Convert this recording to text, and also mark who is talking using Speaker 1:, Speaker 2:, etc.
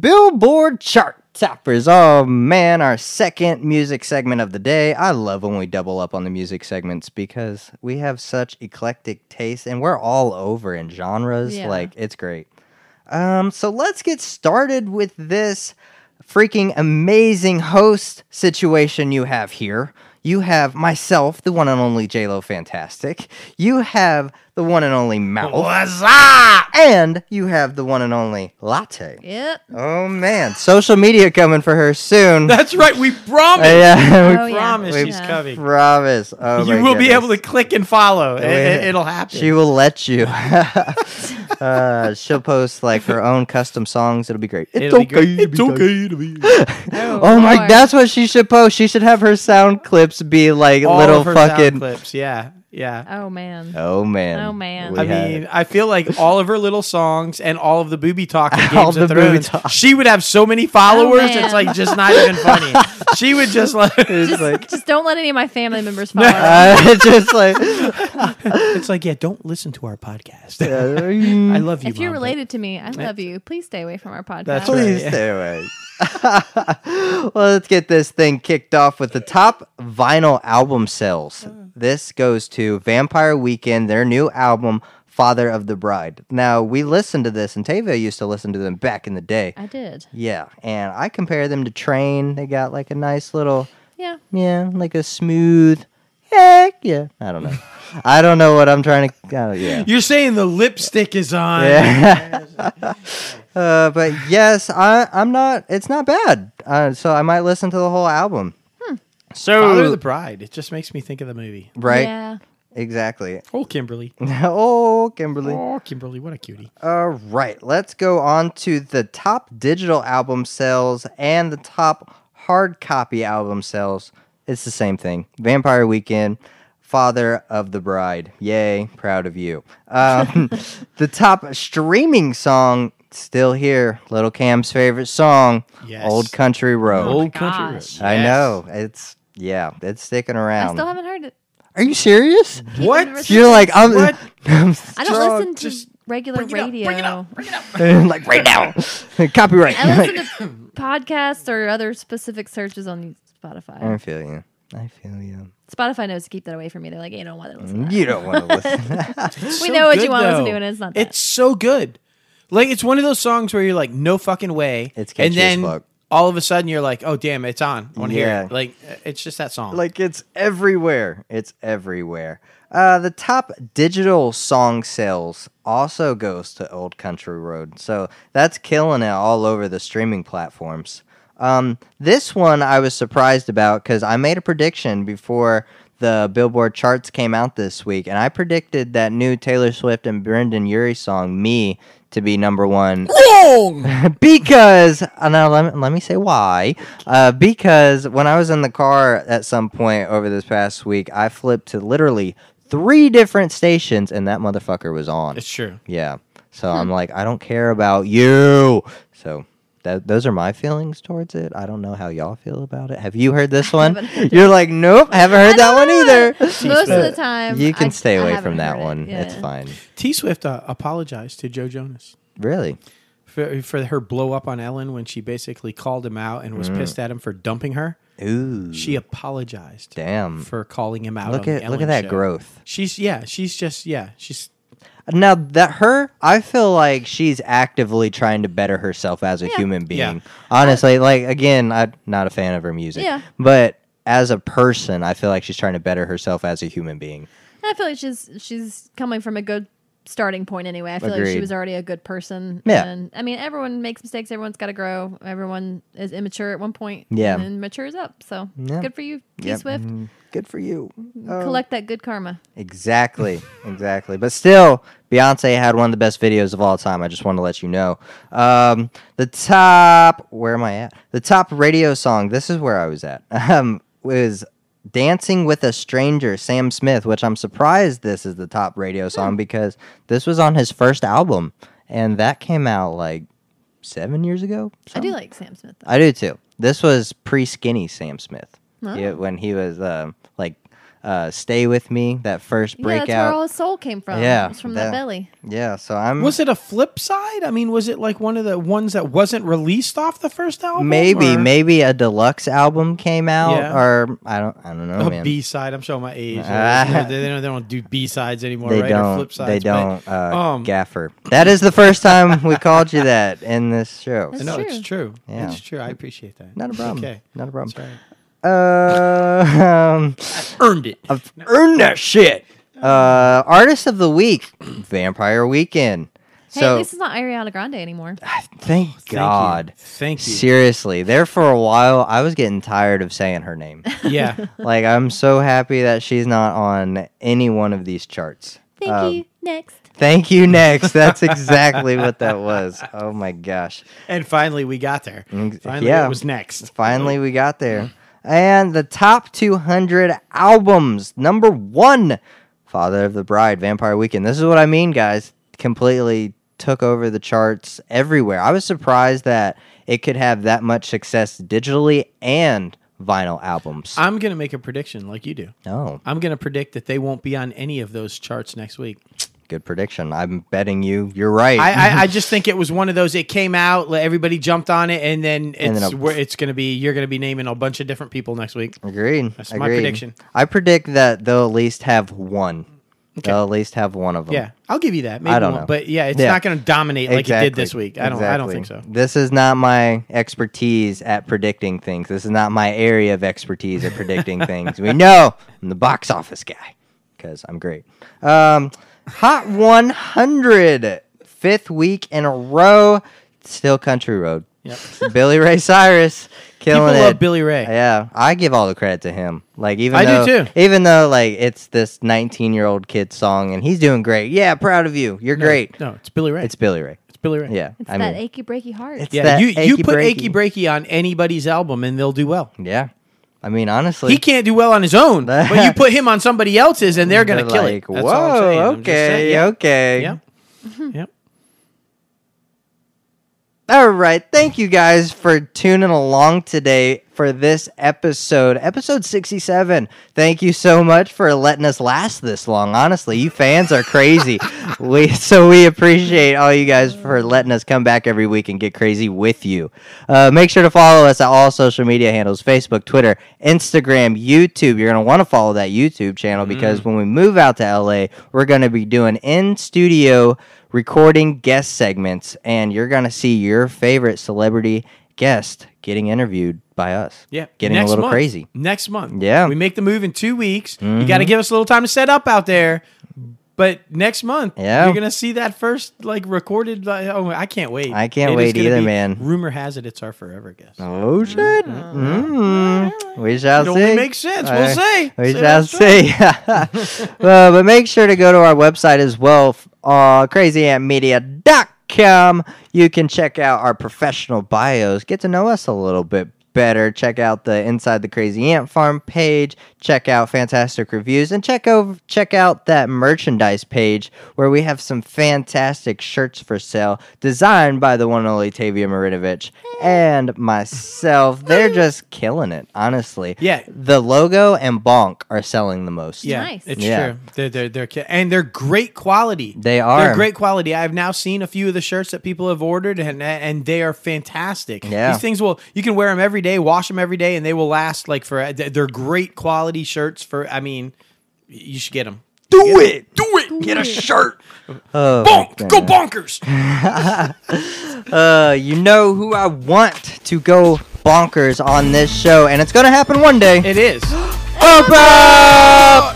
Speaker 1: Billboard chart toppers. Oh man, our second music segment of the day. I love when we double up on the music segments because we have such eclectic taste and we're all over in genres.
Speaker 2: Yeah.
Speaker 1: Like it's great. Um, so let's get started with this freaking amazing host situation you have here. You have myself, the one and only JLo Fantastic. You have the one and only Mouth. What's up? And you have the one and only Latte.
Speaker 2: Yep.
Speaker 1: Oh man, social media coming for her soon.
Speaker 3: That's right. We promise.
Speaker 1: yeah,
Speaker 2: Oh,
Speaker 1: we
Speaker 2: yeah.
Speaker 3: promise
Speaker 2: We-
Speaker 3: she's
Speaker 2: Yeah.
Speaker 3: coming.
Speaker 1: promise. Oh,
Speaker 3: you
Speaker 1: my
Speaker 3: will be
Speaker 1: goodness.
Speaker 3: able to click and follow. It,
Speaker 1: Yeah.
Speaker 3: will happen.
Speaker 1: She will let you. uh, she'll post like her own custom songs. It'll be great. It's
Speaker 3: It'll be
Speaker 1: okay.
Speaker 3: great.
Speaker 1: to
Speaker 3: It's
Speaker 1: be
Speaker 3: okay.
Speaker 1: gay.
Speaker 3: to be gay.
Speaker 2: Oh,
Speaker 1: Oh my,
Speaker 2: Lord.
Speaker 1: that's what she should post. She should have her sound clips be like
Speaker 3: All
Speaker 1: little
Speaker 3: of her sound
Speaker 1: fucking.
Speaker 3: clips. Yeah, yeah.
Speaker 2: Oh man.
Speaker 1: Oh man.
Speaker 2: Oh, man.
Speaker 1: We
Speaker 3: I
Speaker 1: had
Speaker 3: mean,
Speaker 1: it.
Speaker 3: I feel like all of her little songs and all of the booby talk and
Speaker 1: All
Speaker 3: Games of
Speaker 1: the booby
Speaker 3: Thrones,
Speaker 1: talk.
Speaker 3: she would have so many followers.
Speaker 2: man.
Speaker 3: it's like just not even funny. she would just like
Speaker 1: it's like.
Speaker 2: Just don't let any of my family members follow. us.
Speaker 1: Uh, it's just like
Speaker 3: it's like yeah, don't listen to our podcast. I
Speaker 1: I
Speaker 3: love you.
Speaker 2: if you're
Speaker 3: Mom, but-
Speaker 2: related to me, I love you. Please stay away from our podcast.
Speaker 3: That's right.
Speaker 1: Please stay away. well, let's get this thing kicked off with the top vinyl album sales. This goes to Vampire Weekend, their new album, Father of the Bride. Now, we listened to this, and Tavia used to listen to them back in the day.
Speaker 2: I did.
Speaker 1: Yeah, and I compare them to Train. They got like a nice little,
Speaker 2: Yeah.
Speaker 1: yeah, like a smooth, heck yeah. I don't know. I don't know what I'm trying to, uh, yeah.
Speaker 3: You're saying the lipstick is on.
Speaker 1: Yeah. uh, but yes, I, I'm not. It's not bad. Uh, so I might listen to the whole album. So
Speaker 3: Father of the Bride. It just makes me think of the movie.
Speaker 1: right,
Speaker 2: Yeah.
Speaker 1: exactly.
Speaker 3: Oh, Kimberly.
Speaker 1: oh, Kimberly.
Speaker 3: Oh, Kimberly, what a cutie.
Speaker 1: All right, let's go on to the top digital album sales and the top hard copy album sales. It's the same thing. Vampire Weekend, Father of the Bride. Yay, proud of you. Um, the top streaming song still here. Little Cam's favorite song,
Speaker 3: Yes.
Speaker 1: Old Country Road.
Speaker 3: Old
Speaker 2: Oh gosh.
Speaker 3: country. Road.
Speaker 1: I
Speaker 3: Yes.
Speaker 1: know it's yeah, it's sticking
Speaker 2: I
Speaker 1: around.
Speaker 2: still haven't heard it.
Speaker 1: Are you serious?
Speaker 3: What?
Speaker 1: You're like I'm.
Speaker 3: What?
Speaker 2: I don't
Speaker 3: Drug,
Speaker 2: listen to
Speaker 3: just
Speaker 2: regular
Speaker 3: bring it up, bring
Speaker 2: radio.
Speaker 3: it up,
Speaker 1: like right now. Copyright.
Speaker 2: I listen to podcasts or other specific searches on Spotify.
Speaker 1: I feel you. I feel you.
Speaker 2: Spotify knows to keep that away from me. They're like, you don't want to listen to that.
Speaker 1: You don't want to listen.
Speaker 2: we
Speaker 3: so
Speaker 2: know what
Speaker 3: good,
Speaker 2: you want to listen to,
Speaker 3: though.
Speaker 2: and it's not that.
Speaker 3: It's so good. Like it's one of those songs where you're like, no fucking way.
Speaker 1: It's catchy
Speaker 3: and
Speaker 1: as
Speaker 3: then
Speaker 1: fuck.
Speaker 3: all of a sudden you're like, oh damn, it's on. I want to
Speaker 1: Yeah.
Speaker 3: hear it. Like uh, it's just that song.
Speaker 1: like it's everywhere. It's everywhere. Uh, the top digital song sales also goes to Old Country Road, so that's killing it all over the streaming platforms. Um, this one I was surprised about because I made a prediction before the Billboard charts came out this week, and I predicted that new Taylor Swift and Brendan Urie song "Me" to be number one because uh, now let me, let me say why. Uh, because when I was in the car at some point over this past week, I flipped to literally three different stations, and that motherfucker was on.
Speaker 3: it's true.
Speaker 1: Yeah. So
Speaker 2: Hmm.
Speaker 1: I'm like, I don't care about you. So. That, those are my feelings towards it. I don't know how y'all feel about it. Have you heard this one?
Speaker 2: haven't heard
Speaker 1: You're like, nope, haven't heard that one either.
Speaker 2: Most of the time,
Speaker 1: You can
Speaker 2: I-
Speaker 1: stay
Speaker 2: I
Speaker 1: away
Speaker 2: haven't
Speaker 1: from that
Speaker 2: heard it,
Speaker 1: one.
Speaker 2: yeah.
Speaker 1: It's fine.
Speaker 3: T Swift uh, apologized to Joe Jonas.
Speaker 1: Really?
Speaker 3: For, for her blow up on Ellen when she basically called him out and
Speaker 1: Mm.
Speaker 3: was pissed at him for dumping her,
Speaker 1: Ooh.
Speaker 3: she apologized
Speaker 1: Mm. Damn.
Speaker 3: for calling him out.
Speaker 1: Look
Speaker 3: on the
Speaker 1: at look
Speaker 3: Ellen
Speaker 1: at that
Speaker 3: show.
Speaker 1: growth.
Speaker 3: She's yeah, she's just yeah, she's
Speaker 1: Now that her, I feel like she's actively trying to better herself as a human being.
Speaker 3: Yeah.
Speaker 1: Honestly, like again, I'm not a fan of her music.
Speaker 2: Yeah.
Speaker 1: But as a person, I feel like she's trying to better herself as a human being.
Speaker 2: I feel like she's she's coming from a good starting point anyway. I feel like she
Speaker 1: Agreed.
Speaker 2: was already a good person.
Speaker 1: Yeah.
Speaker 2: And I mean, everyone makes mistakes. Everyone's got to grow. Everyone is immature at one point.
Speaker 1: Yeah.
Speaker 2: And then matures up. So
Speaker 1: Yeah.
Speaker 2: good for you, T
Speaker 1: Yep.
Speaker 2: Swift. Mm-hmm.
Speaker 1: Mm, Good for you. Um,
Speaker 2: Collect that good karma.
Speaker 1: Exactly. exactly. But still, Beyonce had one of the best videos of all time. I just want to let you know. Um, the top, where am I at? The top radio song, this is where I was at, um, was Dancing with a Stranger, Sam Smith, which I'm surprised this is the top
Speaker 2: Hmm.
Speaker 1: radio song because this was on his first album. And that came out like seven years ago.
Speaker 2: I
Speaker 1: something.
Speaker 2: do like Sam Smith. Though.
Speaker 1: I do too. This was pre skinny Sam Smith.
Speaker 2: Oh.
Speaker 1: Yeah, when he was um like uh, "Stay with Me," that first
Speaker 2: yeah,
Speaker 1: breakout.
Speaker 2: that's where all his soul came from.
Speaker 1: Yeah,
Speaker 2: It was from
Speaker 1: that-
Speaker 2: the belly.
Speaker 1: yeah, so I'm
Speaker 3: Was it a flip side? I mean, was it like one of the ones that wasn't released off the first album?
Speaker 1: maybe
Speaker 3: or
Speaker 1: maybe a deluxe album came out,
Speaker 3: Yeah.
Speaker 1: or I don't I don't know,
Speaker 3: a
Speaker 1: man.
Speaker 3: B side. I'm showing my age.
Speaker 1: Ah.
Speaker 3: You know, they, they don't, they don't do B sides anymore,
Speaker 1: they
Speaker 3: right? Or
Speaker 1: don't.
Speaker 3: flip sides.
Speaker 1: they
Speaker 3: but-
Speaker 1: don't. uh,
Speaker 3: um,
Speaker 1: gaffer. That is the first time we called you that in this show.
Speaker 2: That's-
Speaker 3: no, it's
Speaker 2: true.
Speaker 3: true.
Speaker 1: Yeah.
Speaker 3: It's true. I appreciate that.
Speaker 1: Not a problem.
Speaker 3: Okay.
Speaker 1: Not a
Speaker 3: That's
Speaker 1: problem.
Speaker 3: right.
Speaker 1: Uh, um,
Speaker 3: Earned it.
Speaker 1: I've earned that shit. Uh, artist of the week, Vampire Weekend.
Speaker 2: Hey,
Speaker 1: so
Speaker 2: at least it's not Ariana Grande anymore.
Speaker 1: thank God.
Speaker 3: Oh, Thank you.
Speaker 1: Seriously, there for a while, I was getting tired of saying her name.
Speaker 3: yeah.
Speaker 1: like, I'm so happy that she's not on any one of these charts.
Speaker 2: Thank
Speaker 1: Um,
Speaker 2: you. Next.
Speaker 1: Thank you. Next, that's exactly what that was. Oh my gosh!
Speaker 3: And finally, we got there.
Speaker 1: Mm,
Speaker 3: Finally,
Speaker 1: yeah.
Speaker 3: it was next.
Speaker 1: Finally, we got
Speaker 3: Mm-hmm.
Speaker 1: there. And the top 200 albums. Number one, Father of the Bride, Vampire Weekend. This is what I mean, guys. Completely took over the charts everywhere. I was surprised that it could have that much success digitally and vinyl albums.
Speaker 3: I'm going to make a prediction like you do.
Speaker 1: oh,
Speaker 3: I'm going to predict that they won't be on any of those charts next week.
Speaker 1: good prediction. I'm betting you you're right.
Speaker 3: I, I, I just think it was one of those. It came out, like, everybody jumped on it, and then it's
Speaker 1: And then a- Mm-hmm.
Speaker 3: where it's going to be. You're going to be naming a bunch of different people next week.
Speaker 1: Agreed.
Speaker 3: That's
Speaker 1: Agreed.
Speaker 3: my prediction.
Speaker 1: I predict that they'll at least have one. They'll at least have one of them.
Speaker 3: Yeah, I'll give you that. Maybe
Speaker 1: I don't
Speaker 3: one,
Speaker 1: know.
Speaker 3: but yeah, it's
Speaker 1: Yeah.
Speaker 3: not going to dominate like it did this week. I don't. I don't think so.
Speaker 1: Exactly. This is not my expertise at predicting things. This is not my area of expertise at predicting things. We know I'm the box office guy because I'm great. Um, Hot 100, fifth week in a row. Still Country Road.
Speaker 3: Yep.
Speaker 1: Billy Ray Cyrus
Speaker 3: People
Speaker 1: killing it.
Speaker 3: love Billy Ray.
Speaker 1: Yeah, I give all the credit to him. Like even
Speaker 3: I do
Speaker 1: though,
Speaker 3: too.
Speaker 1: even though like it's this 19 year old kid song and he's doing great. Yeah, proud of you. You're great.
Speaker 3: No, it's Billy Ray.
Speaker 1: It's
Speaker 3: It's,
Speaker 1: Billy Ray.
Speaker 3: Billy Ray.
Speaker 1: Yeah,
Speaker 2: It's
Speaker 1: I
Speaker 2: that
Speaker 1: mean,
Speaker 2: achy breaky heart.
Speaker 1: It's-
Speaker 3: Yeah,
Speaker 1: that
Speaker 3: you you
Speaker 1: achy
Speaker 3: put
Speaker 1: breaky.
Speaker 3: achy breaky on anybody's album and they'll do well.
Speaker 1: yeah. I mean, honestly,
Speaker 3: He can't do well on his own, but you put him on somebody else's and they're gonna
Speaker 1: they're
Speaker 3: kill
Speaker 1: like,
Speaker 3: it.
Speaker 1: Whoa,
Speaker 3: That's all I'm saying. I'm just
Speaker 1: okay,
Speaker 3: saying, yeah.
Speaker 1: okay.
Speaker 3: Yep. Yep.
Speaker 1: All right. Thank you guys for tuning along today for this episode, episode 67. Thank you so much for letting us last this long. Honestly, you fans are crazy. we so we appreciate all you guys for letting us come back every week and get crazy with you. Uh, make sure to follow us at all social media handles: Facebook, Twitter, Instagram, YouTube. You're gonna want to follow that YouTube channel
Speaker 3: Mm.
Speaker 1: because when we move out to LA, we're gonna be doing in studio recording guest segments, and you're gonna see your favorite celebrity guest getting interviewed by us.
Speaker 3: Yeah.
Speaker 1: getting
Speaker 3: Next
Speaker 1: a little
Speaker 3: month.
Speaker 1: crazy.
Speaker 3: Next month.
Speaker 1: Yeah. Mm-hmm.
Speaker 3: We make the move in two weeks. You gotta give us a little time to set up out there. But next month,
Speaker 1: Yeah.
Speaker 3: you're gonna see that first like recorded. Like, oh, I can't wait!
Speaker 1: I can't
Speaker 3: It is
Speaker 1: wait
Speaker 3: gonna
Speaker 1: either,
Speaker 3: be-
Speaker 1: man.
Speaker 3: Rumor has it it's our forever guest.
Speaker 1: Oh shit! Mm. We shall
Speaker 3: It
Speaker 1: see.
Speaker 3: only makes sense. We'll
Speaker 1: Uh,
Speaker 3: see.
Speaker 1: We
Speaker 3: See
Speaker 1: shall
Speaker 3: what's
Speaker 1: see. uh, but make sure to go to our website as well, f- uh, crazyantmedia.com. You can check out our professional bios, get to know us a little bit better. Check out the Inside the Crazy Ant Farm page. Check out fantastic reviews, and check over check out that merchandise page where we have some fantastic shirts for sale, designed by the one and only Tavia Marinovich and myself. They're just killing it, honestly.
Speaker 3: Yeah.
Speaker 1: The logo and bonk are selling the most.
Speaker 3: Yeah,
Speaker 2: Nice.
Speaker 3: it's
Speaker 1: Yeah.
Speaker 3: true. They're, they're, they're, ki- and they're great quality.
Speaker 1: They are.
Speaker 3: They're great quality. I've now seen a few of the shirts that people have ordered, and and they are fantastic.
Speaker 1: Yeah.
Speaker 3: These things will, you can wear them every day, wash them every day, and they will last like for, they're great quality shirts for, I mean, you should get them.
Speaker 1: Do it.
Speaker 3: Do it. Get a shirt.
Speaker 1: Oh, my
Speaker 3: Bonk. Go
Speaker 1: goodness.
Speaker 3: bonkers.
Speaker 1: Uh, you know who I want to go bonkers on this show, and it's gonna happen one day.
Speaker 3: It is.
Speaker 1: Bump up!